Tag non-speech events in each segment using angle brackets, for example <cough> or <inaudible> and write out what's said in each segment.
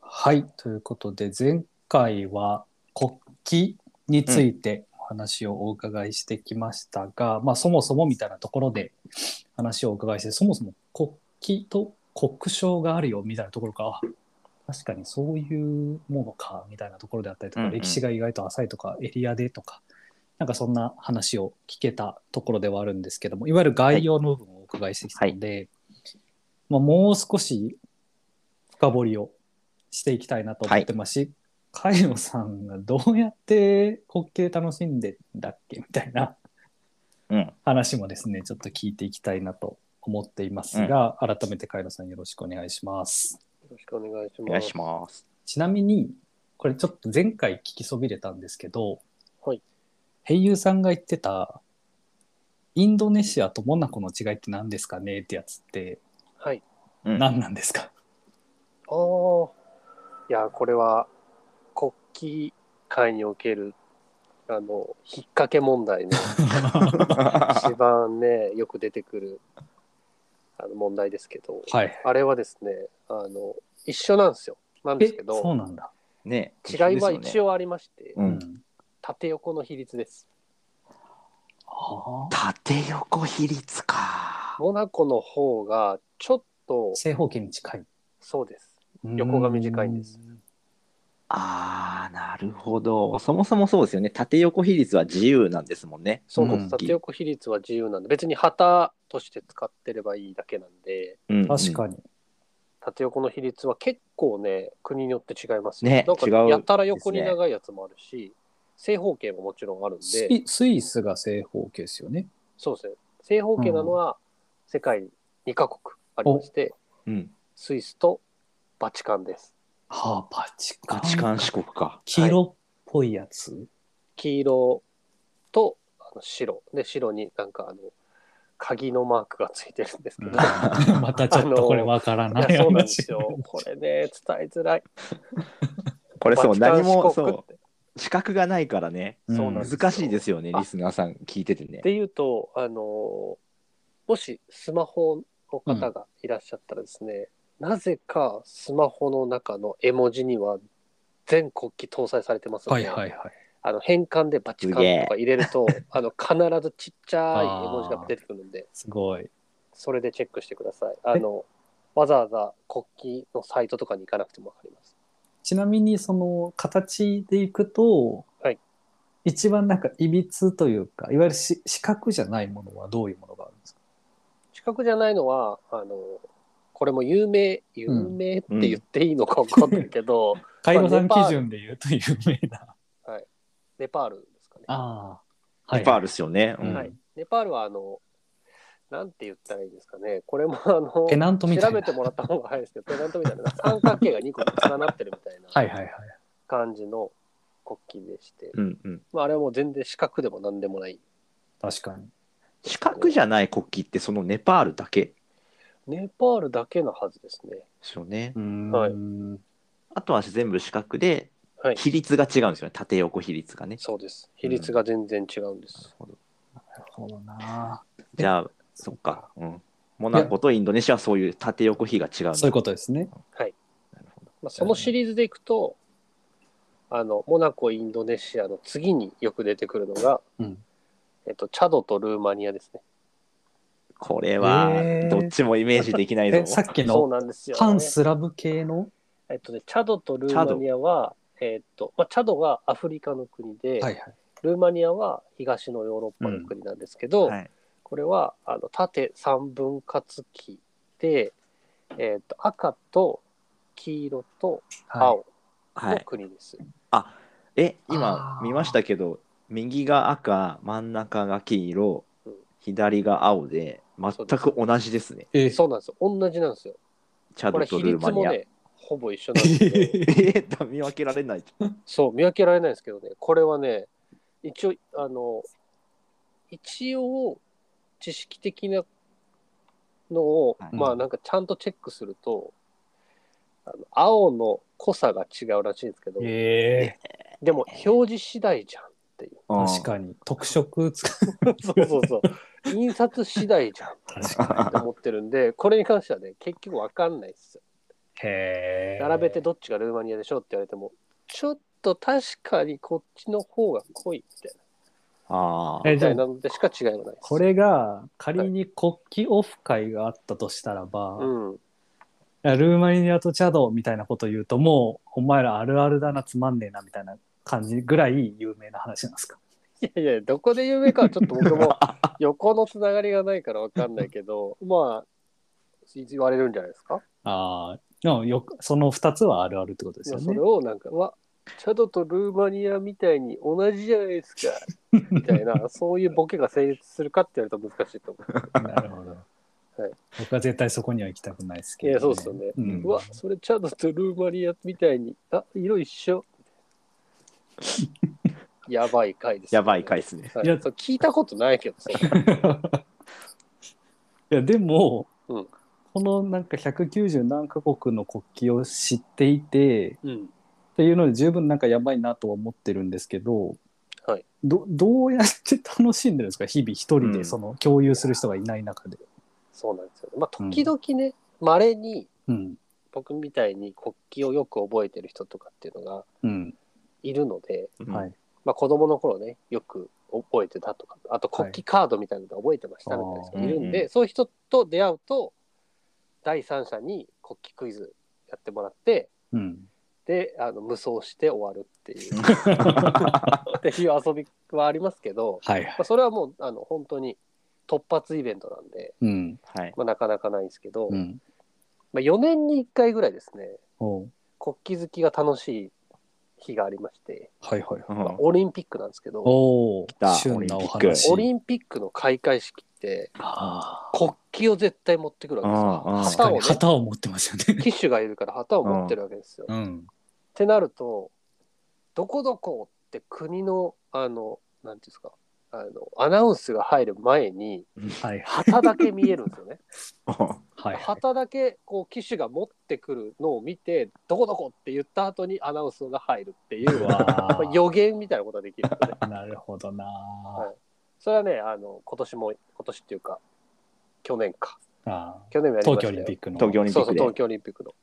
はい、ということで前回は国旗についてお話をお伺いしてきましたが、まあそもそもみたいなところで話をお伺いしてそもそも国旗と国章があるよみたいなところかあ確かにそういうものかみたいなところであったりとか、うんうん歴史が意外と浅いとかエリアでとかなんかそんな話を聞けたところではあるんですけどもいわゆる概要の部分をお伺いしてきたので、まあ、もう少し深掘りをしていきたいなと思ってますし、カイロさんがどうやって滑稽楽しんでんだっけみたいなうん。話もですねちょっと聞いていきたいなと思っていますが、改めてカイロさんよろしくお願いします。よろしくお願いします。お願いします。ちなみにこれちょっと前回聞きそびれたんですけど、はい、ヘイユーさんが言ってたインドネシアとモナコの違いって何ですかねってやつってはい。うん何なんですか、ああ。いや、これは国旗界における、あの、引っ掛け問題の <laughs> 一番ね、よく出てくる、あの、問題ですけど、はいあれはですね、あの、一緒なんですよ。なんでえすけそうど、なんだ、ね違いは一応。応ありまして、う。うん縦横の比率です。はあ縦横比率か。モナコの方が、ちょっと、正方形に近いそうです。横が短いんですうん。ああ、なるほど。そもそもそうですよね。縦横比率は自由なんですもんね。そうなんです。うん縦横比率は自由なんで、別に旗として使ってればいいだけなんで、うん確かに。縦横の比率は結構ね国によって違いますよねなんか違うやたら横に長いやつもあるし、正方形ももちろんあるんスでイスイスが正方形ですよね。そうですね正方形なのは世界2カ国ありまして、うん。スイスとバチカンですはあ、パチカン。価値観四国か。黄色っぽいやつ。黄色とあの白で白になんかあの鍵のマークがついてるんですけど、いまたちょっとこれわからないやそうなんで話 <laughs> すよこれね伝えづらいこれそう、バチカン何も四国っそてう、資格がないからね。そうなんですよ難しいですよね、リスナーさん聞いててね。で言うと、あのもしスマホの方がいらっしゃったらですね、なぜかスマホの中の絵文字には全国旗搭載されて <laughs> ますのはで、いはいはい。あの変換でバチカンとか入れると <laughs> あの必ずちっちゃい絵文字が出てくるんですごい。それでチェックしてくださいあのわざわざ国旗のサイトとかに行かなくても分かりますちなみにその形でいくと、はい一番なんかいびつというか、いわゆるし四角じゃないものはどういうものがあるんですか資格じゃないのはあのこれも有名有名って言っていいのか分かんないけど、 <laughs> カイロさんネパール基準で言うと有名な。ネパールですかねああ。ネパール。ルですよね。うんはい、ネパールはあの、なんて言ったらいいですかね、これもあのペナントみた調いな。べてもらった方が早いですけど、ペナントみたいな、三角形が2個重なってるみたいはないはいはい。感じの国旗でして、うんうん。まあ、あれはもう全然四角でもなんでもない。確かに。資格じゃない国旗ってそのネパールだけでネパールだけのはずですね。すよね。うんはいあとは全部資格ではい、比率が違うんですよね。縦横比率がね。そうです。比率が全然違うんです。なるほどな。じゃあ、そっか。うん。モナコとインドネシアはそういう縦横比が違うのそういうことですね。なるほど。まあ、そのシリーズでいくと、あのモナコ、インドネシアの次によく出てくるのが、うんえっと、チャドとルーマニアですね。これはえーどっちもイメージできないぞ。えさっきそうのなんですよ、反スラブ系のえっとね、チャドとルーマニアは、えっとまあ、チャドはアフリカの国で、はいはい。ルーマニアは東のヨーロッパの国なんですけど、はい、これはあの縦三分割機で、えっと赤と黄色とはい、青はのい、国です。えあ今ー見ましたけど右が赤真ん中が黄色うん左が青で全く同じですねえそうなんですよ同じなんですよ。チャドこれと比ルー率マもニア、ねほぼ一緒なんです <laughs> けどえーと見分けられないそう見分けられないですけどねこれはね一応あの一応知識的なのを、はいまあなんかちゃんとチェックするとあの青の濃さが違うらしいんですけどえでも表示次第 <laughs> じゃんー確かに特色つかそうそうそう印刷次第じゃん確かって思ってるんでこれに関してはね結局わかんないですよへえ。並べてどっちがルーマニアでしょうって言われても、ちょっと確かにこっちの方が濃いみたいな。ああ。えみたいなのでしか違いはないです。これが仮に国旗オフ会があったとしたらば、うん。ルーマニアとチャドみたいなこと言うともうお前らあるあるだなつまんねえなみたいな感じぐらい有名な話なんですかいやいや、どこで有名かはちょっと僕も横のつながりがないからわかんないけど、まあ、言われるんじゃないですか。ああでもよくその2つはあるあるってことですまよあそねれ。をなんか、うわ、チャドとルーマニアみたいに同じじゃないですか、みたいな、そういうボケが成立するかって言われると難しいと思う。なるほど、はい僕は絶対そこには行きたくないですけど、いや、そうですよね。うんうわ、それチャドとルーマニアみたいに、あ、色一緒。やばい回です、やばい回ですね。はいいやそう聞いたことないけどさ。 <laughs> いやでも、うんこのなんか190何カ国の国旗を知っていてうん。っていうので十分なんかやばいなとは思ってるんですけど、はいどどうやって楽しんでるんですか日々一人うでん。その共有する人がいない中で。そうなんですよね。まあ、時々ね、稀にうん僕みたいに国旗をよく覚えてる人とかっていうのがうんいるので、はいい、まあ、子供の頃ね、よく覚えてたとか、あと国旗カードみたいなの覚えてましたみたいな人がいるんで、はいあそういう人と出会うと、第三者に国旗クイズやってもらって、うん、で、あの無双して終わるって <laughs> いう、っていう遊びはありますけど、はいまあ、それはもうあの本当に突発イベントなんで、うんはい。まあ、なかなかないんですけど、うんまあ、4年に1回ぐらいですね、おう国旗好きが楽しい日がありまして、はいはいはい。まあ、オリンピックなんですけど、オおおた旬なおオリンピッ話。クリンピックの開会式って、あ国旗を絶対持ってくるわけあです確よ。か旗にを旗をね、持ってますよね。旗手がいるから旗を持ってるわけですよ。っうんてなると、どこどこって国の、あの、なんていうんですか、あのアナウンスが入る前に、はいはい旗だけ見えるんで <laughs> すよね。はいはい。旗だけこう機種が持ってくるのを見てどこどこって言った後にアナウンスが入るっていうう <laughs> まわあ予言みたいなことができるんですね。ーなるほどな、いそれはねあの今年も今年っていうか去年かあ去年もーやり東京ましたオリンピよックの。東京オリンピそうッそクうで。東京オリンピックの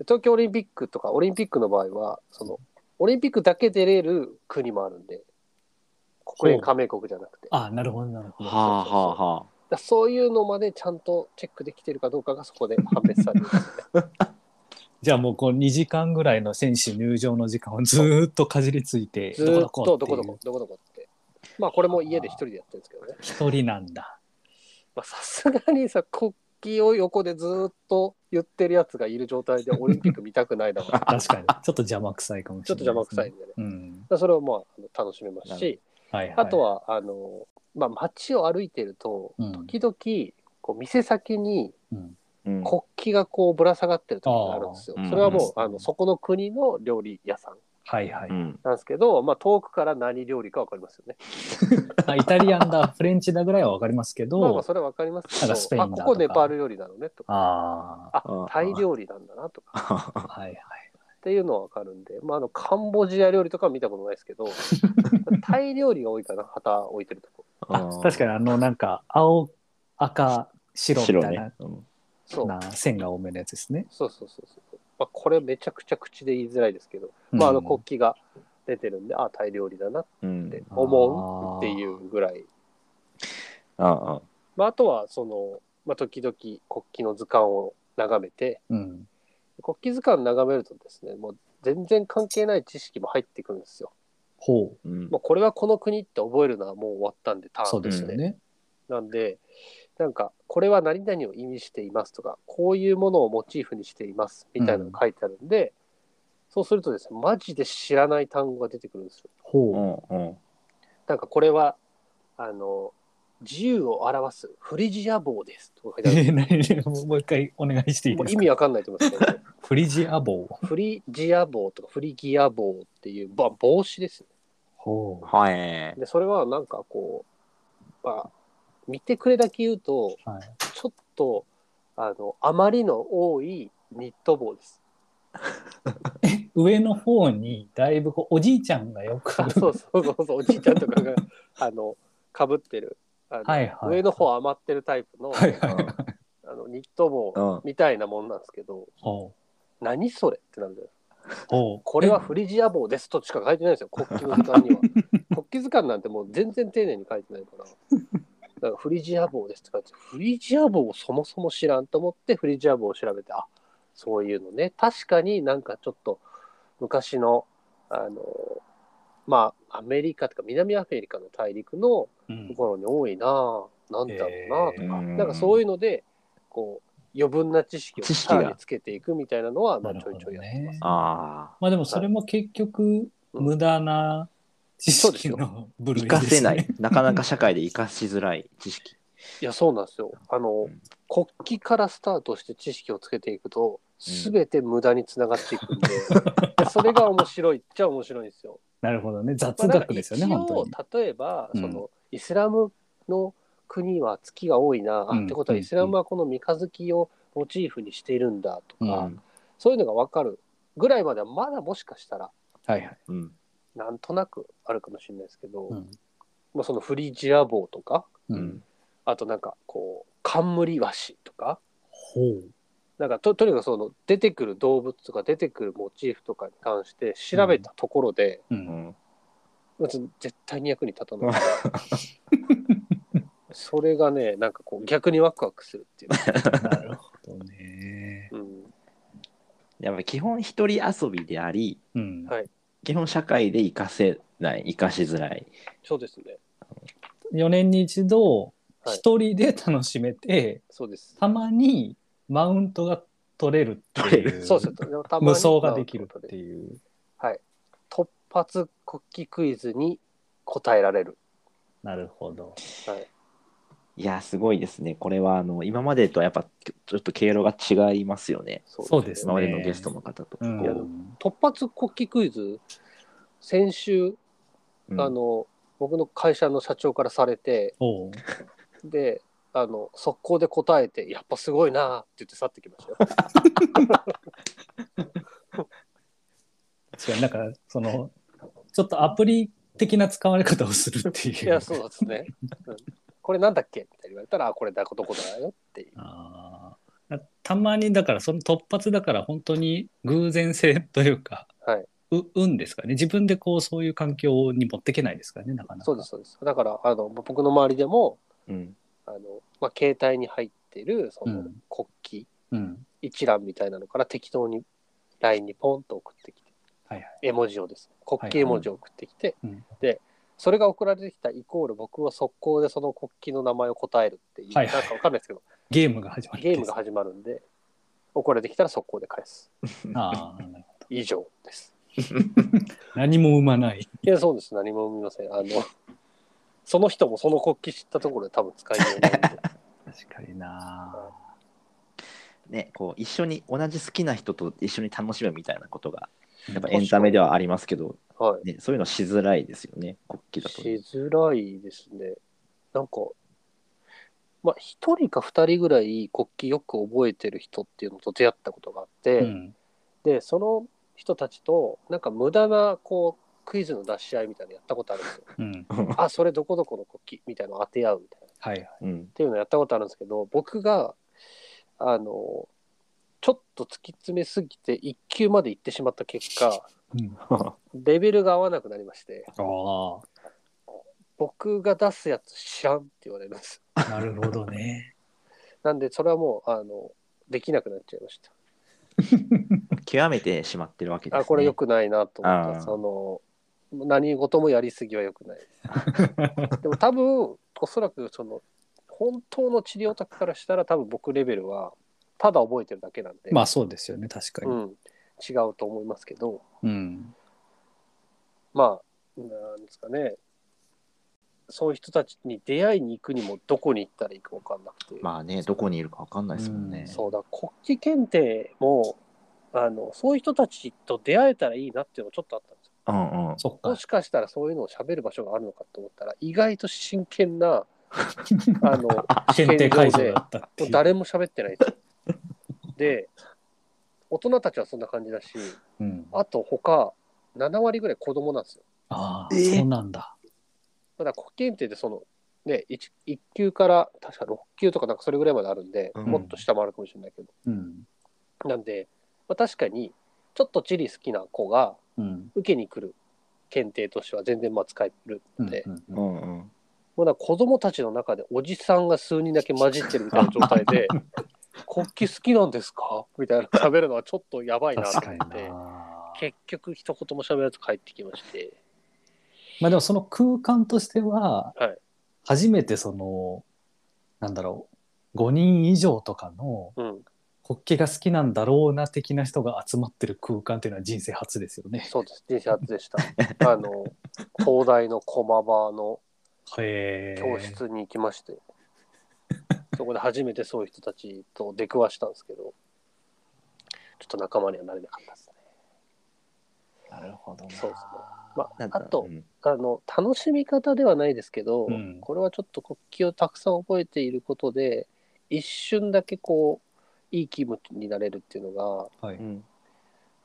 東京オリンピックとかオリンピックの場合はそのオリンピックだけ出れる国もあるんで国連加盟国じゃなくてあーなるほどなるほはど。あはあはだからそういうのまでちゃんとチェックできてるかどうかがそこで判別され <laughs> るんですよねじゃあもうこう2時間ぐらいの選手入場の時間をずーっとかじりついて、ずーっとどどこどこっこどこどこどこって。まあこれも家で一人でやってるんですけどね。ていう一人なんだ。まあさすがにさ、国旗を横でずーっと言ってるやつがいる状 <laughs> 態でオリンピック見たくないだろうちょっ確かに。ちょっと邪魔くさいかもしとれない、邪魔くさいん。でね。だかうん。らそれをまああの楽しめますし、はいはい。あと、は、あの、まあ街を歩いてると、うん、時々、こう店先にうん。あ。うん国旗がこうぶら下がってるとこがあるんですよあーう。んそれはもう、あのそこの国の料理屋さんはいはい。うんなんですけど、まあ遠くから何料理かわかりますよね。あイタリアンだ、フレンチだぐらいはわかりますけど、まあまあそれはわかりますけなんど、かスペインだあとかここネパール料理なのねとか、あああタ <laughs> イ料理なんだなとかあ、はいはい。っていうのはわかるんで、まあ、あのカンボジア料理とかは見たことないです <laughs> けど、タイ料理が多いかな、旗置いてるとこ。あ確かに。にあのなんか青、赤、白みたい白な,、ね。うんそうな線が多めのやつですね。そうそうそうそう。まあ、これめちゃくちゃ口で言いづらいですけど、まあ、あの国旗が出てるんで、あタイ料理だなっうんて思うっていうぐらい。ああまあ、あとは、その、まあ、時々国旗の図鑑を眺めて、うん、うん。国旗図鑑眺めるとですね、もう全然関係ない知識も入ってくるんですよ。ほうんもうこれはこの国って覚えるのはもう終わったんで、ターう。ンそうですよね。なんで、なんか、これは何々を意味していますとか、こういうものをモチーフにしていますみたいなのが書いてあるんで、そうするとですね、マジで知らない単語が出てくるんですよ。ほう。うんうんなんか、これは、あの、自由を表すフリジア帽ですとか書いてあ <laughs> るんでえ何もうもう一回お願いしていす。いもでうす意か味わかんないと思いますけど、フリジア帽。フリジア帽とかフリギア帽っていう、まあ、帽子ですよほはい。で、それはなんかこう、まあ、見てくれだけ言うと、う。はい、ちょっと、あの、あまりの多いニット帽です。上の方にだいぶこうおじいちゃんがよくあそうそうそうそう、おじいちゃんと <laughs> かが、あの、かぶってる。あのはいはい上の方余ってるタイプの、はいはいあのニットう帽ん。みたいなもんなんですけど、ほ何それってなるじゃないですかうほうこれはフリジア帽ですとしか書いてないんですよ、国旗の図鑑には。国旗図鑑なんてもう全然丁寧に書いてないから。だからフリジア帽ですって書いて、フリジア帽をそもそも知らんと思って、フリジア帽を調べて、あそういうのね。確かになんかちょっと昔の、あの、まあ、アメリカとか南アフリカの大陸のうんところに多いなぁ、なんだろうなぁとか、へーなんかそういうので、こう、余分な知識を知識がさらにつけていくみたいなのは、まあ、なちょるいほちょどいやってねあまあでもそれも結局無駄な知識の部あ、類で活かす、ね、<laughs> せない。なかなか社会で活かしづらい知識。いやそうなんですよあの、ん国旗からスタートして知識をつけていくとうん全て無駄につながってい <laughs> くんで、それが面白いっちゃ面白いんですよ。なるほどねまあ雑なんか学ですよね、一応本当に例えばうんその、イスラムの国は月が多いな、あうんってことはイスラムはこの三日月をモチーフにしているんだとか、うんそういうのが分かるぐらいまではまだもしかしたらはいはい、うん。なんとなくあるかもしれないですけど、うんまあ、そのフリジア帽とかうん、あとなんかこう冠和紙とかほうなんかととにかくその出てくる動物とか出てくるモチーフとかに関して調べたところで、ううんん。まず絶対に役に立 <laughs> たない。それがねなんかこう逆にワクワクするっていうなるほどね、うん、やっぱ基本一人遊びであり、うんはい基本社会で活かせない、活かしづらい。そうですね4年に一度はい一人で楽しめて、そうです。たまにマウントが取れるって取れいうそうですたまに無双ができるっていうはい。突発国旗クイズに答えられる。なるほどはい。いや、すごいですね。これは、あの、今までとやっぱちょちょっと経路が違いますよね。そうですね今までのゲストの方と。うんこ突発国旗クイズ先週、うあ、の僕の会社の社長からされて、おうであの速攻で答えて「やっぱすごいな」って言って去ってきましたよ。違うなんかそのちょっとアプリ的な使われ方をするっていういやそうですね。うんこれなんだっけみたいに言われたらあ「これだことこだよ」っていう。あーたまにだからその突発だから本当に偶然性というか、はいう運ですかね自分でこうそういう環境に持ってけないですからねなかなかそうですそうです。だからあの僕の周りでもうん。あの、まあ、携帯に入ってるそうのん国旗うん一覧みたいなのから適当に LINE にポンと送ってきて、はいは絵文字をですね国はい旗はい絵文字を送ってきて、うんでそれが送られてきたイコール僕は速攻でその国旗の名前を答えるっていう、はいはいなんかわかんないですけどゲームが始まるゲームが始まるんで、怒られてきたら速攻で返す。あーなるほ以上です。ど何も生まないいや、そうです。何も見ません。あの、その人もその国旗知ったところで多分使いようないんで確かになね、こう、一緒に、同じ好きな人と一緒に楽しむみたいなことが、やっぱえエンタメではありますけど、はね、そういうのしづらいですよね、国い。旗だとし。づらいですね。なんか、まあ、一人か二人ぐらい国旗よく覚えてる人っていうのと出会ったことがあって、うんで、その人たちと、なんか無駄な、こう、クイズの出し合いみたいなのやったことあるんですうよ。んあ、それどこどこの国旗みたいなの当て合うみたいな。はいはいうん <laughs> っ。ていうのをやったことあるんですけど僕があのちょっと突き詰めすぎて1級まで行ってしまった結果うんレベルが合わなくなりましてあ僕が出すやつ知らんって言われるんですあなるほどねなんでそれはもうあのできなくなっちゃいまし極めてしまってるわけです、たね。あこれ良くないなと思っあーたその何事もやりすぎは良く <laughs> ないでも多分おそらくその本当の治療宅からしたら多分僕レベルはただ覚えてるだけなん <laughs> で、まあそうですよね確かうにん、違うと思いますけど、うんまあ、なんですかね、そういう人たちに出会いに行くにも、どこに行ったらいいか分かんなくて、まあね、どこにいるかわかんないですもんね。うんそうだ、国旗検定もあの、そういう人たちと出会えたらいいなっていうのがちょっとあったんですよ。うんうん。そっもかしかしたらそういうのを喋る場所があるのかと思ったら、意外と真 <laughs> 剣な、あの、検定会場だったっていう誰も喋ってない <laughs> んですよ。で、大人たちはそんな感じだし、うんあと他、7割ぐらい子供なんですよ。ああえそうなんだだから国旗検定でそのね、1, 1級から確か6級とかなんかそれぐらいまであるんで、うんもっと下もあるかもしれないけど、うん。なんで、まあ、確かにちょっと地理好きな子がうん。受けに来る検定としては全然まあ使えるうんんで、うんうんうん。もうなんか子供たちの中でおじさんが数人だけ混じってるみたいな状態で <laughs> 「国旗好きなんですか?」みたいな喋るのはちょっとやばいなと確思かにってな。結局一言も喋らず帰ってきましてまあでもその空間としては、はい初めてその、なんだろう、5人以上とかのうん国旗が好きなんだろうな的な人が集まってる空間っていうのは人生初ですよね。そうです人生初でしたあの <laughs> 東大の駒場のへえ。教室に行きまして、 <laughs> そこで初めてそういう人たちと出くわしたんですけどちょっと仲間にはなれなかったですねなるほどねそうですねまなあんだあとうん。あの楽しみ方ではないですけど、うんこれはちょっと国旗をたくさん覚えていることで一瞬だけこういい気分になれるっていうのはいうん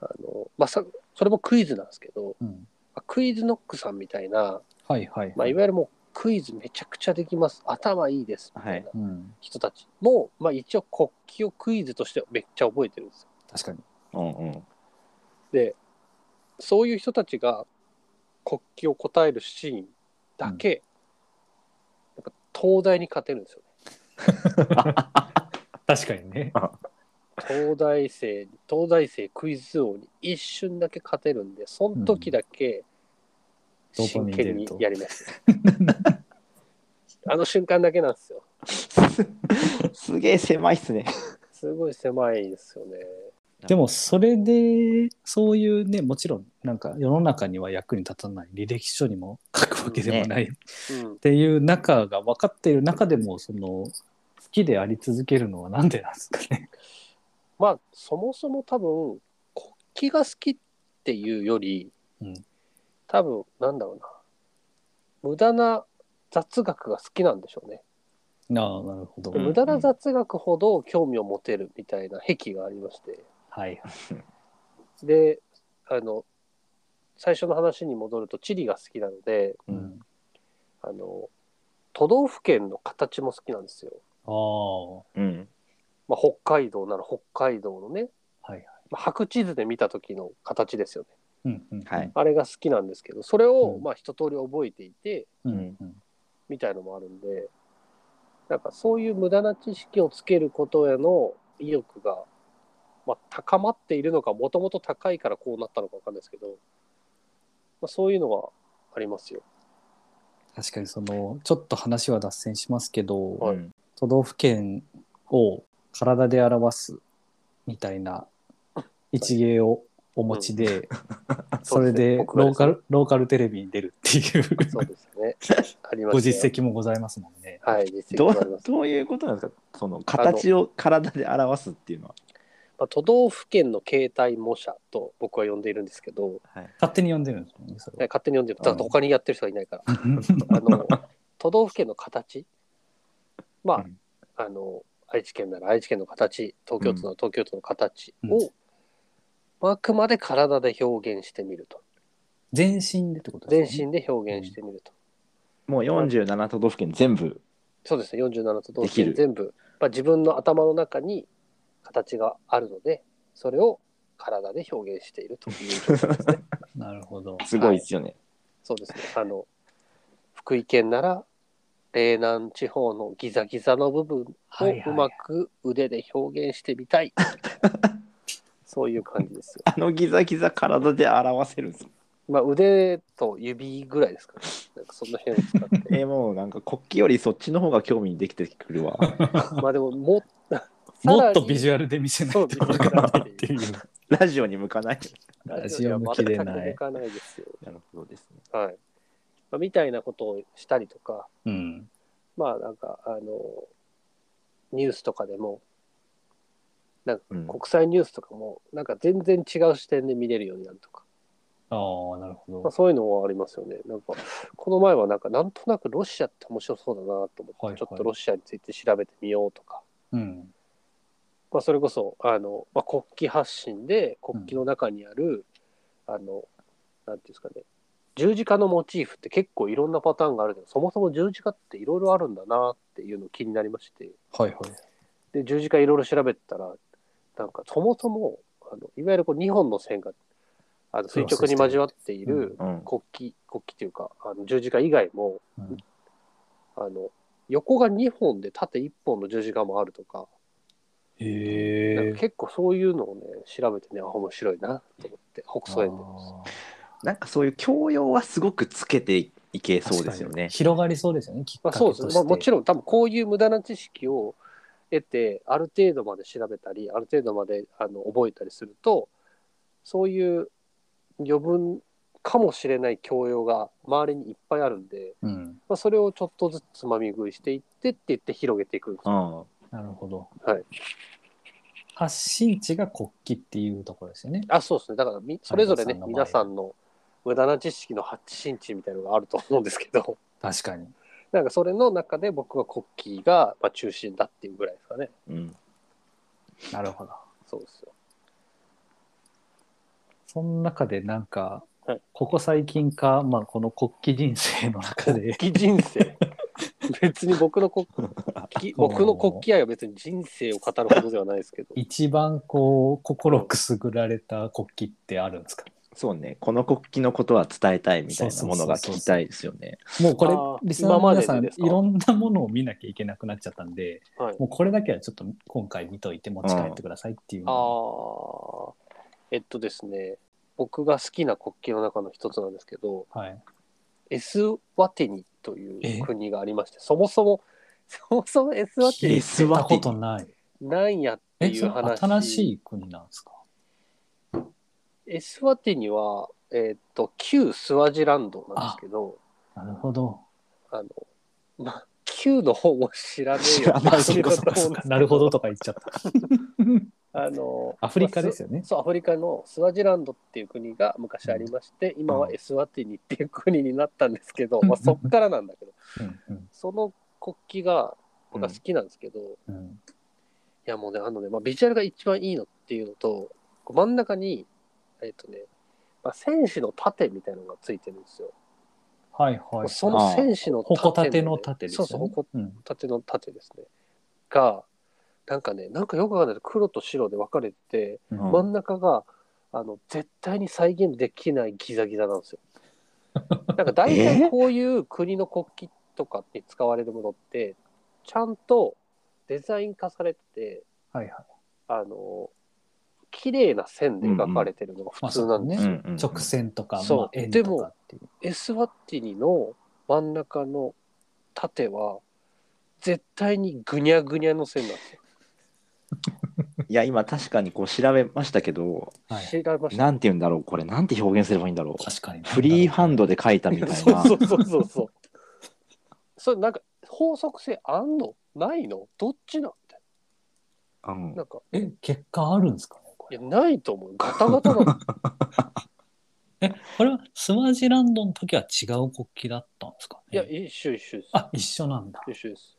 があの、まあ、さそれもクイズなんですけどうん。クイズノックさんみたいな、はいはい。まあ、いわゆるもうクイズめちゃくちゃできます頭いいですみたいなうん。人たちも、まあ、一応国旗をクイズとしてめっちゃ覚えてるんですよ。確かに。うんうん <laughs> でそういう人たちが国旗を答えるシーンだけ、やっぱ東大に勝てるんですよね。確かにね。東大生東大生クイズ王に一瞬だけ勝てるんでその時だけうんドーパ真ミン剣出るにとやります、 <laughs> あの瞬間だけなんですよすげえ狭いっすね。すごい狭いですよね <laughs> でもそれで、そういうね、もちろんなんか世の中には役に立たない履歴書にも書くわけでもないうんっていう中が分かっている中でもその好きであり続けるのはなんでなんですかね。まあそもそも多分国旗が好きっていうより、うん多分なんだろうな無駄な雑学が好きなんでしょうね、ああなるほど。でうん無駄な雑学ほど興味を持てるみたいな癖がありまして、はい。であの最初の話に戻ると地理が好きなのでうん、あの都道府県の形も好きなんですよ、ああはうん。まあ、北海道なら北海道のね、いはい。まあ、白地図で見た時の形ですよねうんうんはい。あれが好きなんですけどそれをうんまあ一通り覚えていてうんうんみたいのもあるんでなんかそういう無駄な知識をつけることへの意欲が、まあ、高まっているのかもともと高いからこうなったのかわかんないですけど、まあ、そういうのはあり <laughs> ますよ。確かにそのちょっと話は脱線しますけど、はいうん都道府県を体で表すみたいな一芸をお持ちで、それで僕がローカですねルローカルテレビに出るっていうそうですね。あります <laughs> ごね実績もございますもんね。はい、実績どもあうります。どういうことなんですかその形を体で表すっていうのは。まあ、都道府県の携帯模写と僕は呼んでいるんですけど、はい、勝手に呼んでるんですもんね。それ勝手に呼んでる。だって他にやってる人がいないから。はあの、都道府県の形。まあ、うんあの、愛知県なら愛知県の形、東京都なら東京都の形うんを、あくまで体で表現してみると。全身でってこと全ですか、ね。身で表現してみると。もう47都道府県全部。そうですね、47都道府でき県る全部、まあ、自分の頭の中に形があるので、それを体で表現しているという状況ですね。なるほど。 <laughs> すごいですよね。そうですね。あの、福井県なら、嶺南地方のギザギザの部分をはいはいうまく腕で表現してみたい。 <laughs> そういう感じですよ。あのギザギザ体で表せるんです。まあ、腕と指ぐらいですかね。なんかその辺を <laughs> 使って。えーもうなんか国旗よりそっちの方が興味できてくるわ。まあでも、もっ <laughs> もっとビュジュアルで見せないとわからないっていう。ラジオに向かない。ラジオ向きでない向かないですよ。なるほどですね。はい。まあ、みたいなことをしたりとか、うん。まあなんか、あの、ニュースとかでも、うん、国際ニュースとかも、なんか全然違う視点で見れるようになるとか、ああ、なるほまあ、ど。そういうのはありますよね。なんか、この前はなんか、なんとなくロシアって面白そうだなと思って、はいはいちょっとロシアについて調べてみようとか、うん。まあ、それこそ、あの、まあ、国旗発信で、国旗の中にある、あの、なんていうんですかね、十字架のモチーフって結構いろんなパターンがあるけどそもそも十字架っていろいろあるんだなっていうの気になりましてはいはい。で十字架いろいろ調べてたらなんかそもそもあのいわゆるこう2本の線があの垂直に交わっているうん。国旗国旗というかあの十字架以外も、うんあの横が2本で縦1本の十字架もあるとかなへんか結構そういうのをね調べてねあ面白いなと思って北総園でなんかそういう教養はすごくつけていけそそううでですすよよね。ね。広がりそうですよね、きっかまあ、けそうとでして。すね、まあ、もちろん多分こういう無駄な知識を得てある程度まで調べたりある程度まであの覚えたりするとそういう余分かもしれない教養が周りにいっぱいあるんで、うん。まあ、それをちょっとずつつまみ食いしていってって言って広げていくんですうよん。なるほど。はい発信地が国旗っていうところですよね。あそうですねだからみそれぞれね皆皆ささんんの無駄な知識の発信地みたいなのがあると思うんですけど <laughs> 確かに。なんかそれの中で僕は国旗がまあ中心だっていうぐらいですかねうん。なるほど。そうですよその中でなんか、はいここ最近か、まあ、この国旗人生の中で、国旗人生別に僕の国旗僕の国旗愛は別に人生を語るほどではないで <laughs> すけど一番こう、心くすぐられた国旗ってあるんですかそうね。この国旗のことは伝えたいみたいなものが聞きたいですよね。もうこれあー、リスナーの皆さん、今まででいですかろんなものを見なきゃいけなくなっちゃったんで、はいもうこれだけはちょっと今回見といて持ち帰ってくださいっていうあのーえっとですね僕が好きな国旗の中の一つなんですけどが、はい。エスワテニという国がありましてそもそも <laughs> そもそもエスワテニエっス見たワこテとない。てなんやってえ、いそうれ話新しい国なんですかエスワテニは、えっと旧スワジランドなんですけどなるほど。あの、まあ、旧の方も知らねえ知よらないってそいううかこと思うん <laughs> ですけなるほどとか言っちゃ <laughs> った。あのアフリカですよねまあすそうアフリカのスワジランドっていう国が昔ありまして、今はエスワティニっていう国になったんですけど、うんまあ、そっからなんだけどうんうんその国旗が僕は好きなんですけど、いうんやもうねあのね、まあ、ビジュアルが一番いいのっていうのとこう真ん中にえっ、とね、まあ、戦士の盾みたいなのがついてるんですよ。はいはい。その戦士のほこたての盾盾ですそよね。うそうほこうん縦の縦ですねがなんかねなんかよくわかんないけど黒と白で分かれてて、うん真ん中があの絶対に再現できないギザギザなんですよ。なんか大体こういう国の国旗とかに使われるものってちゃんとデザイン化されててはいはい。あの綺麗な線で描かれてるのがまあ普そ通うなだんでねすよ。うんうん直線とか、そうまあ、円とかっていう。エスワッティニの真ん中の縦は絶対にぐにゃぐにゃの線なんですよ。いや、今確かにこう調べましたけど、はい知られましたなんて言うんだろう。これなんて表現すればいいんだろう。確かに。フリーハンドで書いたみたいな。そうそうそうそうそう。それなんか法則性あんのないのどっちなんみたいうんな。なんかえ、結果あるんですかねこいれ。やないと思う。ガタガタ <laughs> なの。え、これはスワジランドの時は違う国旗だったんですかねいや一緒一緒です。あ、一緒なんだ。一緒です。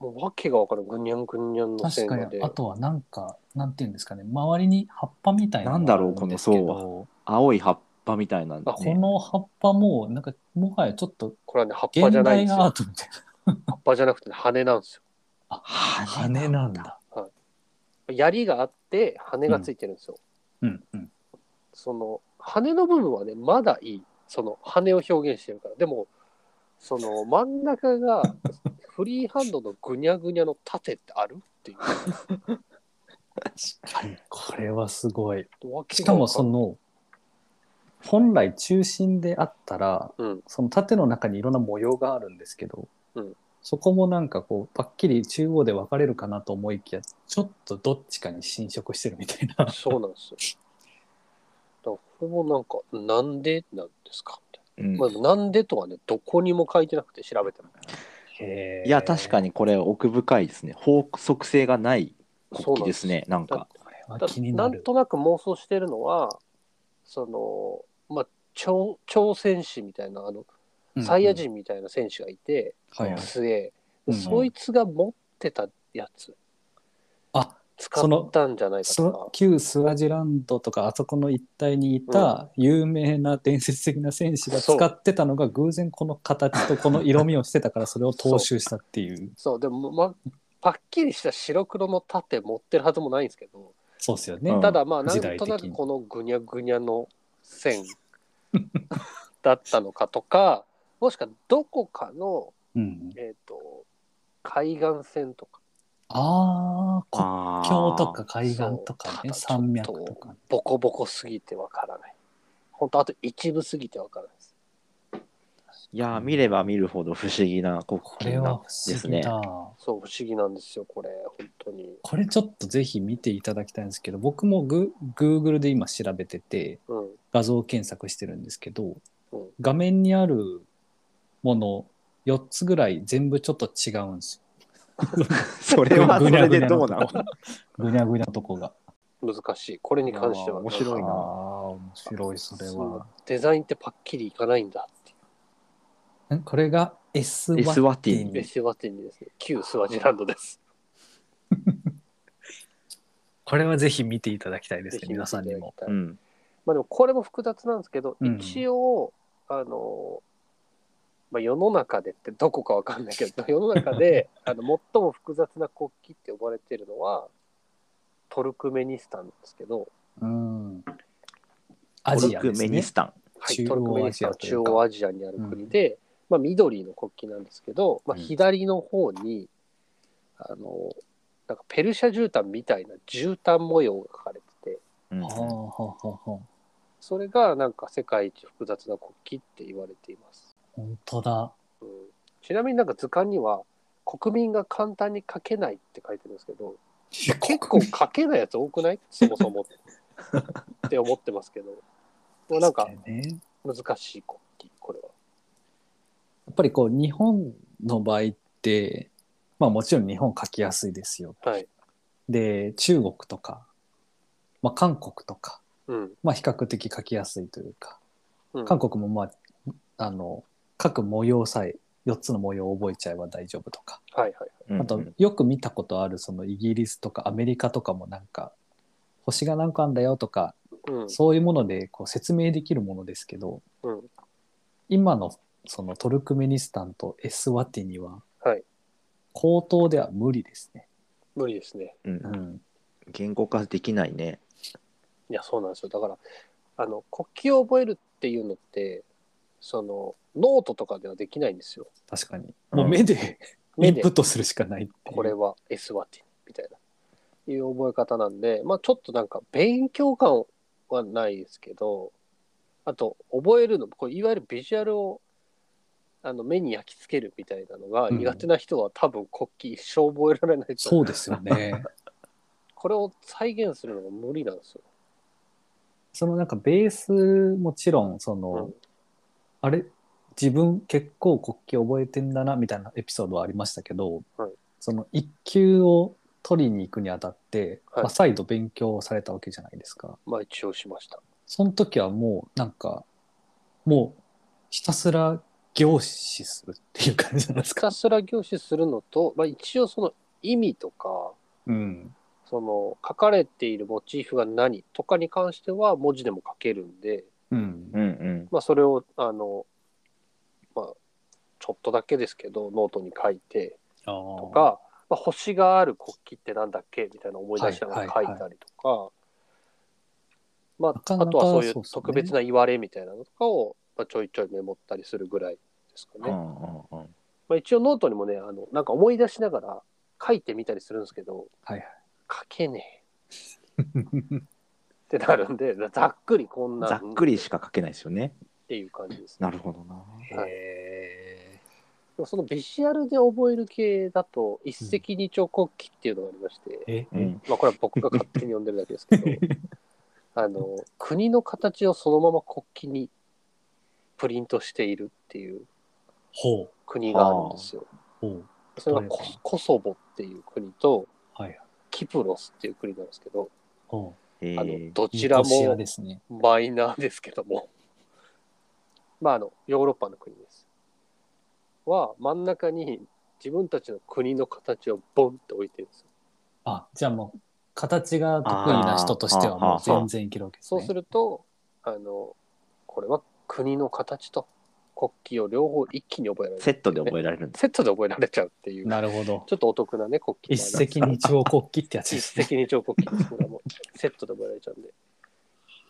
もう訳が分からん。ぐにゃんぐにゃんの確線かがでに、あ。とはなんか、なんていうんですかね、周りに葉っぱみたいなのがあるんですけなんだろうこど。青い葉っぱみたいなんだ、こね。の葉っぱも、なんか、もはやちょっとこれはね葉っぱ現じゃない代んですよ。アー葉トみたいな。っぱじゃなくて、羽なんですよ。羽なんだ。槍があって羽がついてるんですよ。うんうん。その羽の部分はねまだいいその羽を表現してるからでもその真ん中がフリーハンドのぐにゃぐにゃの盾ってあるっていうこれはすごい。わけしがかわもかそんないの本来中心であったらうんその縦の中にいろんな模様があるんですけど、うんそこもなんかこうパッキリ中央で分かれるかなと思いきやちょっとどっちかに侵食してるみたい <laughs> なそうなんですよだからこれもなんかなんでなんですかみたいうんな、まあ、なんでとはねどこにも書いてなくて調べてもいや、確かににこれ奥深いですね。法則性がない国旗ですね。なんだか。これは気にななんるとなく妄想してるのはそのまあ朝朝鮮士みたいなあのサイヤ、人みたいな選手がいて、うんうんはいはい杖、うんうんそいつが持ってたやつあ使ったんじゃないかそとのか。旧スワジランドとかあそこの一帯にいた有名な伝説的な戦士が使ってたのが偶然この形とこの色味をしてたからそれを踏襲したっていうそう、でも、ま、パッキリした白黒の盾持ってるはずもないんですけど、そうですよね、うんただまあ、な時ん代と的になくこのぐにゃぐにゃの線 <laughs> だったのかとか、もしくはどこかの、うん、えっ、と、海岸線とか、ああ国あー境とか海岸とかねそうただ山ちょ脈っとかボコボコすぎてわからない。本当あと一部すぎてわからないです。いやー、見れば見るほど不思議な国これ旗は不なで思す議ね。だ、そう、不思議なんですよ、これ、本当に。これちょっとぜひ見ていただきたいんですけど僕もグ Google で今調べてて、うん。画像検索してるんですけど、うん画面にあるもの4つぐらい全部ちょっと違うんですそれはそぐにゃれぐでにゃのどうなのよ。ぐにゃぐにゃのとこが。難しい。これに関しては。いやー面白いなああ、面白い、それそうは。デザインってパッキリいかないんだっていんこれが S ワ S ワッテティィうう。んベスワティにですね、旧スワジランドです。これはぜひ見ていただきたいですぜね、ひ皆さんにも。。うん。まあでも、これも複雑なんですけど、うん一応、あの、まあ、世の中でってどこかわかんないけど、世の中 <laughs> であの最も複雑な国旗って呼ばれてるのは、トルクメニスタンなんですけど、うん。トアジアルでクすメねニス。タン。はい、中央トルクメニスタアンはジアという中か央アジアにある国で、まあ、緑の国旗なんですけど、まあ、うん左の方に、あのなんかペルシャ絨毯みたいな絨毯模様が描かれててうんはあはあはあはあそれがなんか世界一複雑な国旗って言われています、本当だ。うん、ちなみになんか図鑑には国民が簡単に書けないって書いてるんですけど結構書けないやつ多くないそもそもって思ってますけどでもなんか確にね難しい国旗これはやっぱりこう、日本の場合って、まあもちろん日本書きやすいですよ。はい、で中国とか、まあ、韓国とか、うんまあ、比較的書きやすいというかうん、韓国も、まあ、あの各模様さえ4つの模様を覚えちゃえば大丈夫とかはいはいうんあとよく見たことあるそのイギリスとかアメリカとかもなんか星が何個あんだよとかうんそういうものでこう説明できるものですけどうん今のそのトルクメニスタンとエスワティにははい口頭では無理ですね。無理ですね。うんううんん、言語化できないね。いや、そうなんですよ。だから、あの、国旗を覚えるっていうのって、その、ノートとかではできないんですよ。確かに。うんもう目で、目インでプッ、トするしかないっていうこれはエスワティみたいな、いう覚え方なんで、まあ、ちょっとなんか、勉強感はないですけど、あと、覚えるの、これ、いわゆるビジュアルを、あの目に焼き付けるみたいなのがうん苦手な人は多分国旗一生覚えられないと思そうですよね。これを再現するのが無理なんですよ。 <laughs> そのなんかベースもちろんその、うんあれ自分結構国旗覚えてんだなみたいなエピソードはありましたけど、はいその一級を取りに行くにあたって、はいまあ、再度勉強されたわけじゃないですか。まあ一応しました。その時はもうなんかもうひたすら凝視するっていう感じなんですひか。たすら凝視するのと、まあ、一応その意味とかうん、その書かれているモチーフが何とかに関しては文字でも書けるんで、うんうんうん。まあ、それをあの、まあ、ちょっとだけですけどノートに書いてあ <laughs> とーか、まあ、星がある国旗ってなんだっけみたいな思い出しながら書いたりとか、まあ、なかなかあとはそういそうっうすね特別な言われみたいなのとかを、まあ、ちょいちょいメモったりするぐらいですかね。うんうんうんまあ、一応ノートにもねあのなんか思い出しながら書いてみたりするんですけどはい書けねえはい。ってなるんでざっくりこんなんざっくりしか書けないですよね。っていう感じですねなるほどな。はいへでもそのビジュアルで覚える系だと一石二鳥国旗っていうのがありまして、ーえ、うえん。まあ、これは僕が勝手に呼んでるだけですけど <laughs> あの国の形をそのまま国旗にプリントしているっていうほう国があるんですよ。ほうそれがココソボっていう国とはいはいキプロスっていう国なんですけどほう。えあーのどこちらもですね。マイナーですけども、まあ、あの、ヨーロッパの国です。は、真ん中に自分たちの国の形をボンって置いてるんですよ。あじゃあもう形が得意な人としてはもう全然いけるわけです、そうね。すると、あの、これは国の形と国旗を両方一気に覚えられセる。ットで覚えられるんです。セットで覚えられちゃうっていう、なるほど。ちょっとお得なね、国旗一石二鳥国旗ってやつ <laughs> 一ですね。石二鳥国旗です。これはもうセットで覚えられ <laughs> ちゃうんで。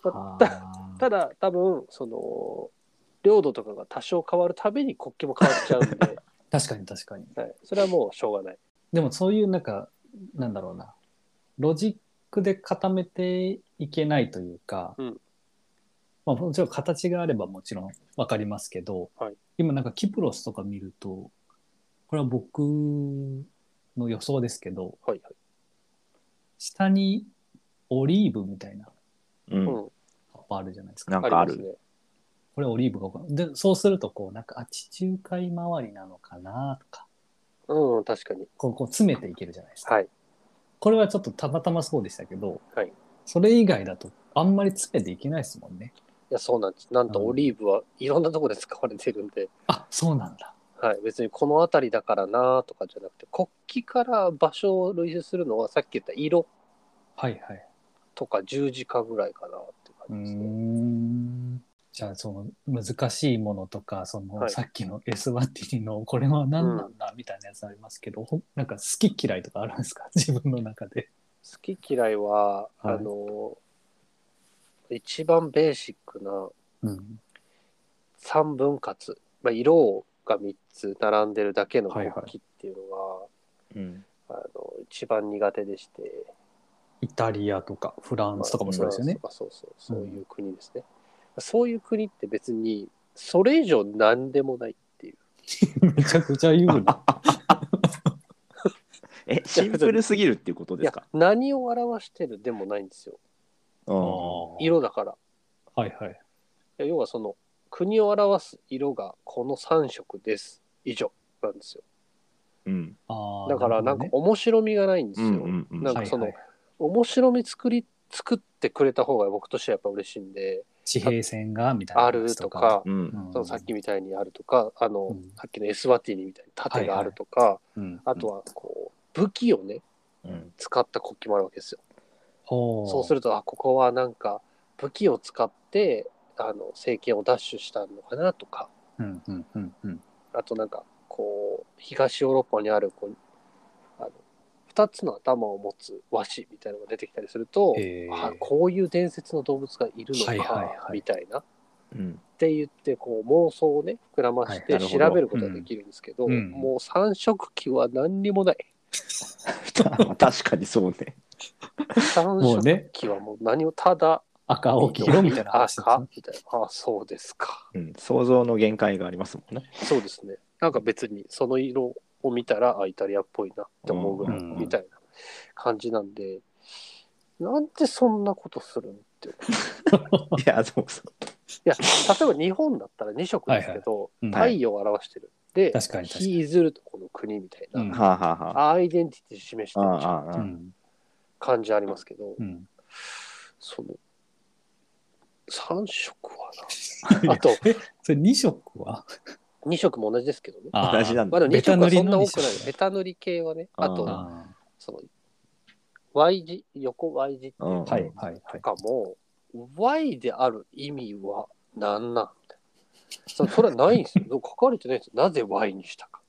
あたーただ、多分、その、領土とかが多少変わるたびに国旗も変わっちゃうんで、 <laughs> 確かに確かに。はい、それはもうしょうがない。でもそういうなんか、なんだろうな、ロジックで固めていけないというか、うんまあもちろん形があればもちろんわかりますけど、はい今なんかキプロスとか見ると、これは僕の予想ですけど、はいはい。下にオリーブみたいなううんん。葉っぱあるじゃないですか。なんかある。りますねこれオリーブが多かで、そうするとこう、なんか、あ、地中海周りなのかなとか、うん、確かに。こう、こう詰めていけるじゃないですか。はい。これはちょっとたまたまそうでしたけど、はいそれ以外だとあんまり詰めていけないですもんね。いや、そうなんです。なんと、オリーブはいろんなところで使われてるんで、あそうなんだ。はい、別にこの辺りだからなとかじゃなくて、国旗から場所を類似するのは、さっき言った色はいはい。とか十字架ぐらいかなってうー感じですね。ん。じゃあその難しいものとかその、はいさっきの S ワティのこれは何なんだみたいなやつありますけど、ほんなんか好き嫌いとかあるんですか <laughs> 自分の中で。好き嫌いは、はいあの、一番ベーシックなうん、三分割、まあ、色が3つ並んでるだけのはい国はい旗っていうのは、うん。あの一番苦手でして、イタリアとかフランスとかもそうですよね。まあそうそう、そういう国ですね。そういう国って別に、それ以上何でもないっていう。めちゃくちゃ言うな。え、シンプルすぎるっていうこといですやか、何を表してるでもないんですよ。うんはい色だから。はい。いや要はその、国を表す色がこの3色です。以上なんですよ。うん。あーだからなんかるほ面白みがないんですうよ。んうんうんなどねんかそのはいはい面白み作り、作ってくれた方が僕としてはやっぱ嬉しいんで、地平線がみたいなあやつるとか、う。うんんそのさっきみたいにあるとか、あの、うんさっきのエスワティニみたいに縦があるとか、うんあとはこう、武器をね、うん。使った国旗もあるわけですよ。ほそうするると、あ、ここはなんか武器を使って、あの、政権を奪取したのかなとか、うんうんうんうんあとなんか、こう、東ヨーロッパにある、こう、あの、二つの頭を持つ和紙みたいなのが出てきたりすると、へーあ、こういう伝説の動物がいるのはいはいはいか、みたいな、っうん。て言って、こう、妄想をね、膨らましはていなる調ほどべることができるんですけど、うんうんもう三色旗は何に <laughs> もない。確かにそうね。三もう色ね旗はもう何をただ、赤青黄色みたいな話ですね赤みたいな。あそうですか。うん。想像の限界がありますもんね。そうですね。なんか別にその色を見たら、あ、イタリアっぽいなって思うぐらいうんみたいな感じなんで、なんでそんなことするんって思う。いいや、そうそう。や、例えば日本だったら2色ですけど、うんはい太陽を表してる。で、確かに確か日にいずるとこの国みたいな、うんはあ、はあはあ。アイデンティティ示してあるあ、あうあ。ん感じありますけど、うんその、3色は <laughs> な。あと、えそれ二色は2色も同じですけどね。同じなんまだ。あでも2色はそんな多くベタ塗りの二ない。色ベタ塗り系はね。あと、あーあその Y 字横 Y 字うん。ーはいはいはといかも、Y である意味は何なんみたいなそそれはないんですよ書かれてないんですよなぜ Y にしたか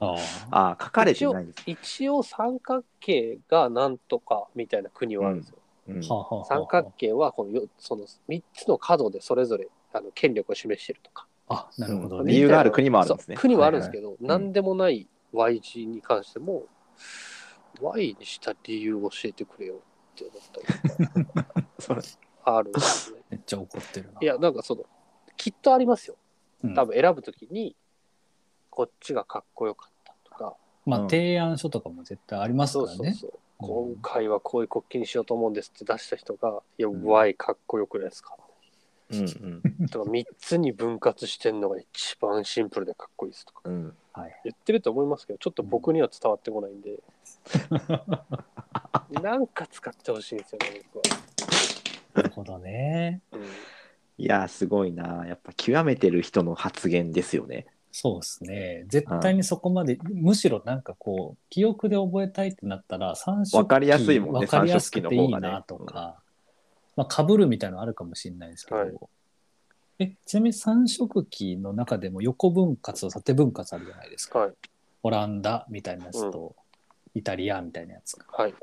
ああああ、書かれてないです。一応三角形がなんとかみたいな国はあるんですよ、うんはあはあはあ三角形はこのよその3つの角でそれぞれあの権力を示してるとかあなるほど理ね由がある国もあるんですねそう国はあるんですけど、い何でもない Y 字に関しても、Y にした理由を教えてくれよって思ったりとかそれあるんで <laughs> すねめっちゃ怒ってるないやなんかそのきっとありますようん多分選ぶときに、こっちがかっこよかったとか、まあ提案書とかも絶対ありますそかうらそうねそう、うん今回はこういう国旗にしようと思うんですって出した人が「いやん Y かっこよくないですか?うんうん」とか3つに分割してんのが一番シンプルでかっこいいですとかうん。言ってると思いますけどちょっと僕には伝わってこないん <laughs> で、なんか使ってほしいんですよね僕は。なるほどねうんいや、すごいな。やっぱ極めてる人の発言ですよね。そうですね。絶対にそこまで、むしろなんかこう、記憶で覚えたいってなったら、三色わかりやすいもんねわかりやすくていいなと三色旗の方か、まあ、かぶるみたいなのあるかもしれないですけど、はいえ、ちなみに三色旗の中でも横分割と縦分割あるじゃないですか。はい。オランダみたいなやつと、イタリアみたいなやつが。はい。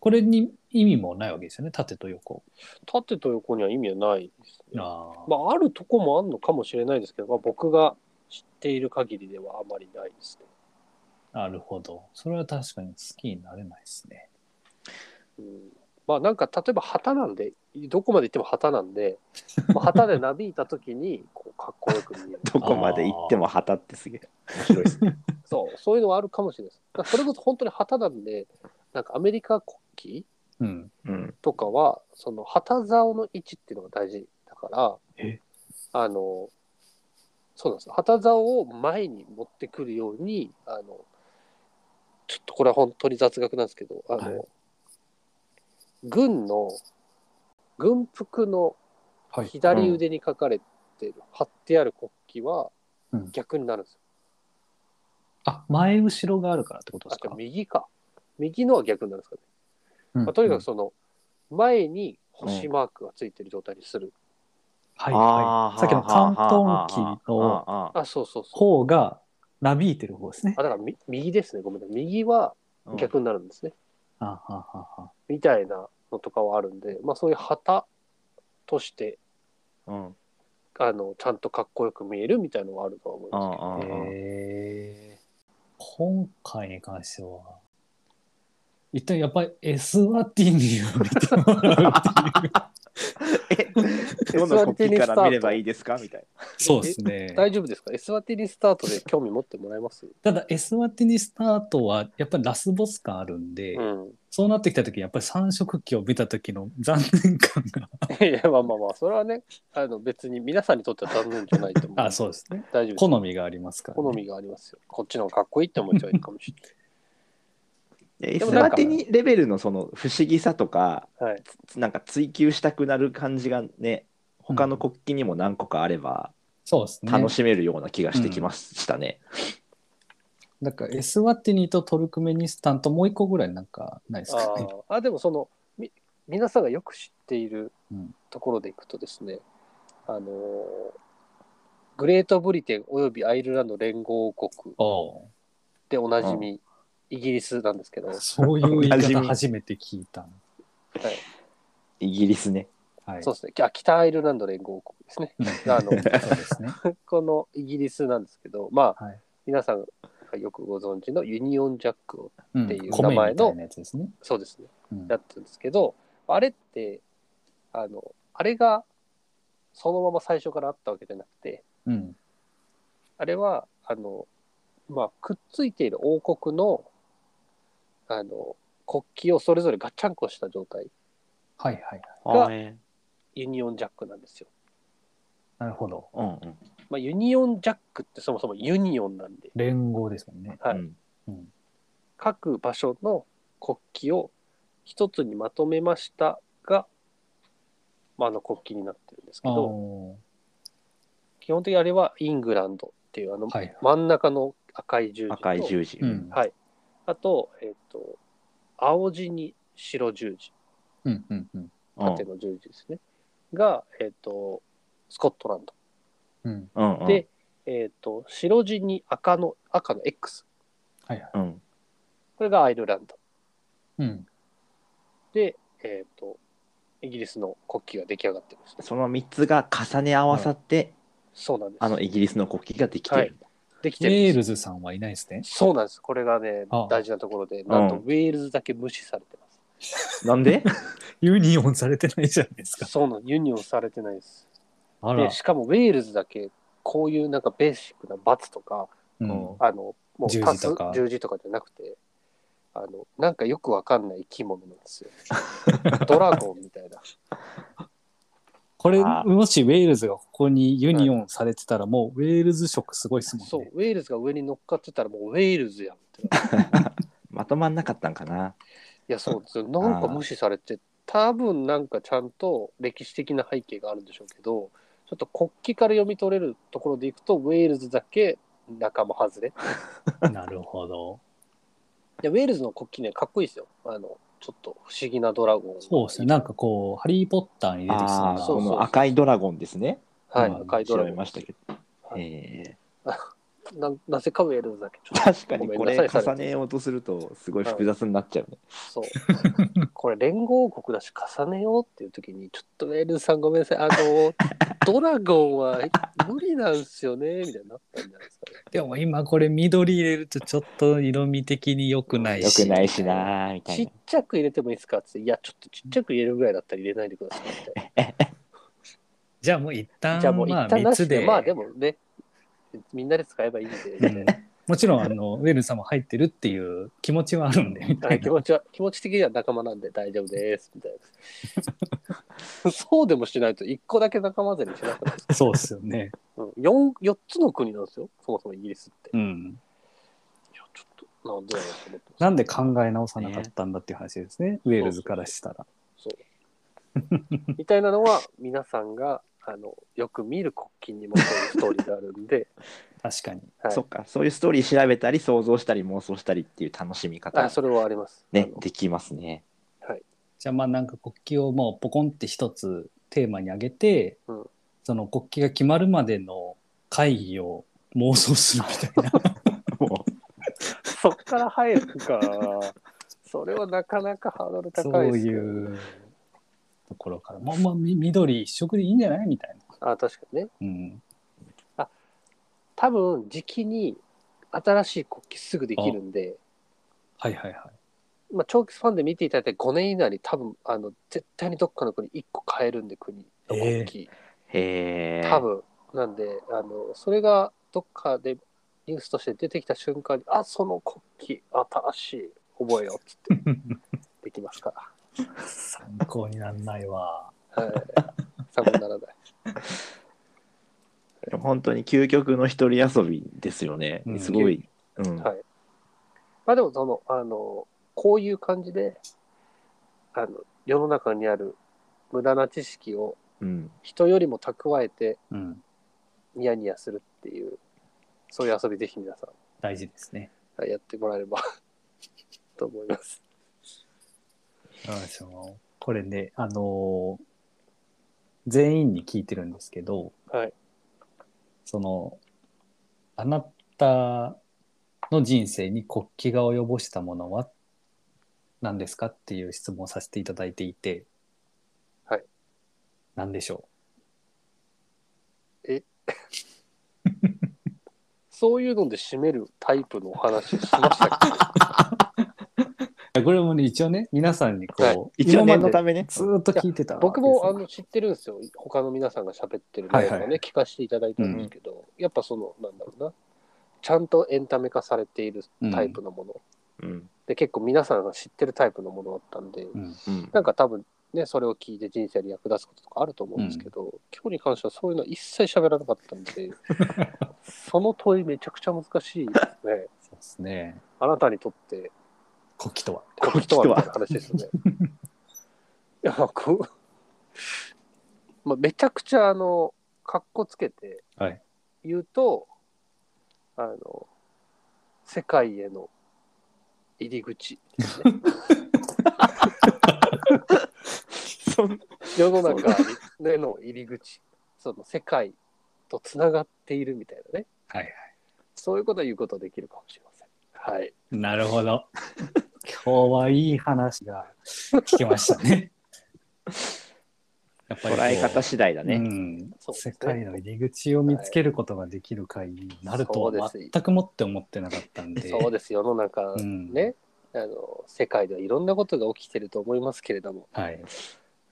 これに意味もないわけですよね、縦と横。縦と横には意味はないですね。あーまあ、あるとこもあるのかもしれないですけど、まあ、僕が知っている限りではあまりないですね。なるほど。それは確かに好きになれないですね。うんまあなんか例えば旗なんでどこまで行っても旗なんで、まあ、旗でなびいた時に <laughs> こうかっこよく見えるどこまで行っても旗ってすげえ面白いですね。そうそういうのはあるかもしれないですだからそれこそ本当に旗なんでなんかアメリカ国旗うん。うん。とかはその旗竿の位置っていうのが大事だからえあのそうなんです旗竿を前に持ってくるようにあのちょっとこれは本当に雑学なんですけどあの、はい軍の軍服のは。左腕に書かれてる、貼ってある国旗はうん逆になるんですよ。あ、前後ろがあるからってことであすか。右か。右のは逆になるんですかね。うんまあ、とにかく、その、前に星マークがついてる状態にする。はいはい。さっきの関東旗ののあ、そうそうそう。方がなびいてる方ですねあ。だからみ右ですね。ごめんなさい。右は逆になるんですね。あはははみたいなのとかはあるんで、まあそういう旗として、うんあの、ちゃんとかっこよく見えるみたいなのはあるとは思ういんますけど。うんうんえー今回に関しては、一旦やっぱりエスワティニを見てもらうっていう。え、どの国旗から見ればいいですかみたい <laughs> そうですね。大丈夫ですかエスワティリスタートで興味持ってもらえますただエスワティニスタートはやっぱりラスボス感あるんで、うん。そうなってきた時にやっぱり三色旗を見た時の残念感がいやまあまあまあそれはねあの別に皆さんにとっては残念じゃないと <laughs> 思うあそうですね大丈夫です好みがありますから、ね、好みがありますよこっちの方がかっこいいって思っちゃうかもしな。エでスもなんワかティニレベルのその不思議さとか、れない、はい、つなんか追求したくなる感じがね、他の国旗にも何個かあればそうですね楽しめるような気がしてきましたね。なんかエスワティニとトルクメニスタンともう一個ぐらいなんかないですかねあーあでもそのみ皆さんがよく知っているうんところでいくとですね、あのーグレートブリテンおよびアイルランド連合王国おうでおなじみ、イギリスなんですけど、はい、そういう言い馴染方み初めて聞いたのイギリスね。はいそうですねあ北アイルランド連合王国です <laughs> ねうんあのそうです <laughs> ねこのイギリスなんですけどまあ、はい皆さんがよくご存知のユニオンジャックをうんっていう米名み前のたいなやつですね、そうですねうんやってるんですけど、あれってあのあれがそのまま最初からあったわけじゃなくてうんあれはあの、まあ、くっついている王国のあの国旗をそれぞれガッチャンコした状態はいはいはいがあーユニオンジャックなんですよ、なるほどうんうんまあ、ユニオンジャックってそもそもユニオンなんで連合ですもんねはいうんうん各場所の国旗を一つにまとめましたが、まあ、あの国旗になってるんですけあどー基本的にあれはイングランドっていうあのはい真ん中の赤い十字と赤い十字。うんはい、あと,、えっと青地に白十字うんうんうんうん縦の十字ですね、が、えっとスコットランド、うんうんうんで、えっと白地に赤の赤の X はいはいうんこれがアイルランドうんで、えっとイギリスの国旗が出来上がってるんですねその3つが重ね合わさって、そうなんですあのイギリスの国旗ができてる。できウてるんェでーすルズさんはいないですねそうなんですこれがねあ大事なところでなんとうんウェールズだけ無視されてます、なんで <laughs> ユニオンされてないじゃないですかそうなのユニオンされてないですあでしかもウェールズだけこういうなんかベーシックな罰とかうんもあのもう十字パスとか十字とかじゃなくてあのなんかよくわかんない生き物なんです <laughs> よドラゴンみたいなこれあもしウェールズがここにユニオンされてたらもうウェールズ色すごいですもんね。そうウェールズが上に乗っかってたらもうウェールズやんってなるまとまんなかったんかな。いやそう <laughs> ですよなんか無視されて多分なんかちゃんと歴史的な背景があるんでしょうけどちょっと国旗から読み取れるところでいくとウェールズだけ仲間外れ。なるほど。で、ウェールズの国旗ね、かっこいいですよ。あの、ちょっと不思議なドラゴン。そうですね。なんかこう、ハリー・ポッターに出てきそうな。ああ、そこうそうの赤いドラゴンですね。はい、うん赤いド調ラべゴンま。したけど。はいえ <laughs> ななぜかウェールズだけ。ー確かにごめこんなれさい重ねようとするとすごい複雑になっちゃうね。そう。これ連合国だし重ねようっていう時に、ちょっとウェールズさんごめんなさい。あ <laughs> の、ドラゴンは無理なんすよね、みたいになったんじゃないですかね。でも今これ緑入れるとちょっと色味的に良くないよし。くないしなーみたちいっちゃく入れてもいいですかっつって、いや、ちょっとちっちゃく入れるぐらいだったら入れないでくださいみたいじゃあもう一旦な。じゃあもう一まあ旦な3しつで、で。まあでもね、みんなで使えばいいんで、うんもちろんあのウェルさんも入ってるっていう気持ちはあるんでみたはいい気な。持ちは、気持ち的には仲間なんで大丈夫です、みたい <laughs> な。そうでもしないと、一個だけ仲間外れしなくないですか、そうですよね。うん、4, 4つの国なんですよ、そもそもイギリスって。うん。いや、ちょっと、なんでだろうと思ってますなんで考え直さなかったんだっていう話ですね。ウェールズからしたら。そう。みたいなのは、皆さんが、あの、よく見る国旗に基づくストーリーがあるんで、確かに。はな。そいっ。か、そういうストーリー調べたり想像したり妄想したりっていう楽しみ方あ、それはあります。ねあのできま <laughs> すね。じゃあまあなんか国旗をもうポコンって一つテーマに挙げて、うんその国旗が決まるまでの会議を妄想するみたいな。もうそっから入るか。それはなかなかハードルそ高いでうすけどいうところから。まあまあみ緑一色でいいんじゃないみたいな。あ、確かにね。うん。多分、時期に新しい国旗すぐできるんで、はいはいはい。まあ、長期スパンで見ていただいて5年以内に多分、あの、絶対にどっかの国1個変えるんで、国の国旗。へえ。多分なんであのそれがどっかでニュースとして出てきた瞬間にあその国旗新しい覚えようっつってできますか参考にならないわ。ら、はい、寒くならない本当に究極の一人遊びですよねう。んすごい。うん。はいまあでもそのあのこういう感じであの世の中にある無駄な知識をうん。人よりも蓄えてうん。ニヤニヤするっていうそういう遊びぜひ皆さ大事ですね。んはいやってもらえればと思いますなんでしょうこれね、あのー全員に聞いてるんですけど、はいその、あなたの人生に国旗が及ぼしたものは何ですかっていう質問をさせていただいていて、はい。何でしょそういうので締めるタイプのお話しましたっけうこれもね、一応ね、皆さんにこう、はい一応今念まのでためね。ずーっと聞いてたわけ僕ですよもあの知ってるんですよ他の皆さんが喋ってる内容をね、はいはい聞かせていただいたんですけど、やっぱそのなんだろうなちゃんとエンタメ化されているタイプのもの、うん。で結構皆さんが知ってるタイプのものだったんで、うん <laughs> うんなんか多分ねそれを聞いて人生に役立つこととかあると思うんですけど、今日に関してはそういうのは一切喋らなかったんでその問いめちゃくちゃ難しいですねそうですね。あなたにとって国旗とは。国旗とはみたいな話ですよね。 <laughs> いやこう、まあ、めちゃくちゃあのかっこつけてはい言うと、あの世界への入り口で <laughs> すねそん世の中への入り口その世界とつながっているみたいなねはいはい。そういうことは言うことできるかもしれません。はい、なるほど。 <laughs> 今日はいい話が聞けました <laughs> ね。やっぱりこう <laughs> 捉え方次第だうね。ん、そうです世ね界の入り口を見つけることができる会になるとはいはそうです全くもって思ってなかったんで。そうです世の中うんね、あの世界ではいろんなことが起きてると思いますけれどもはい。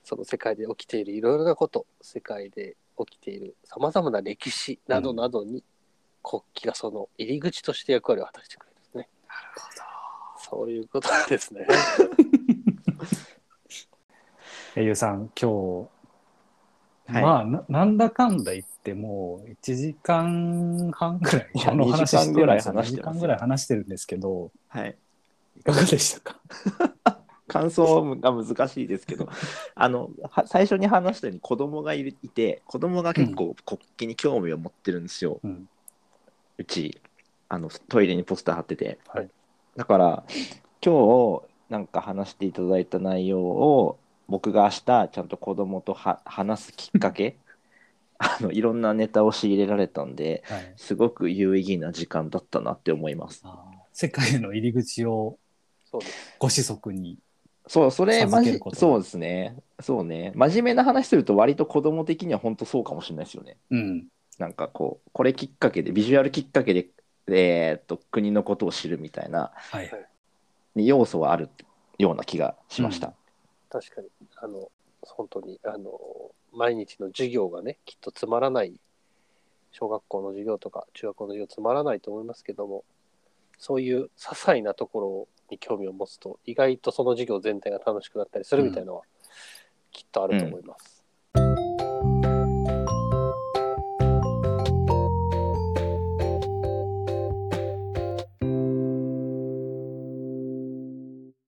その世界で起きているいろいろなこと世界で起きているさまざまな歴史などなどに、国旗がその入り口として役割を果たしてくれるんですね。そういうことなんですね。えゆうさん、今日、はいまあな、なんだかんだ言ってもう1時間半ぐらい、いやこの話してるんですよ2 2時時間間ぐぐららいい話してるんですけど、はい。いかがでしたか感想が難しいです <laughs> けどあのは最初に話したように子供がいるいて子供が結構国旗に興味を持ってるんですよ、うんうちあのトイレにポスター貼ってて、はいだから今日なんか話していただいた内容を僕が明日ちゃんと子供とは話すきっかけ <laughs> あのいろんなネタを仕入れられたんではい、すごく有意義な時間だったなって思います。あー世界への入り口をそうです。ご子息に。そう、それ、授まけじることそうですね。そうね。真面目な話すると、割と子供的には本当そうかもしれないですよね。うん。なんかこう、これきっかけで、ビジュアルきっかけで、えーっと、国のことを知るみたいなはい。要素はあるような気がしました。確かに、あの、本当に、あの、毎日の授業がね、きっとつまらない、小学校の授業とか中学校の授業つまらないと思いますけども、そういう些細なところに興味を持つと、意外とその授業全体が楽しくなったりするみたいなのは、きっとあると思います。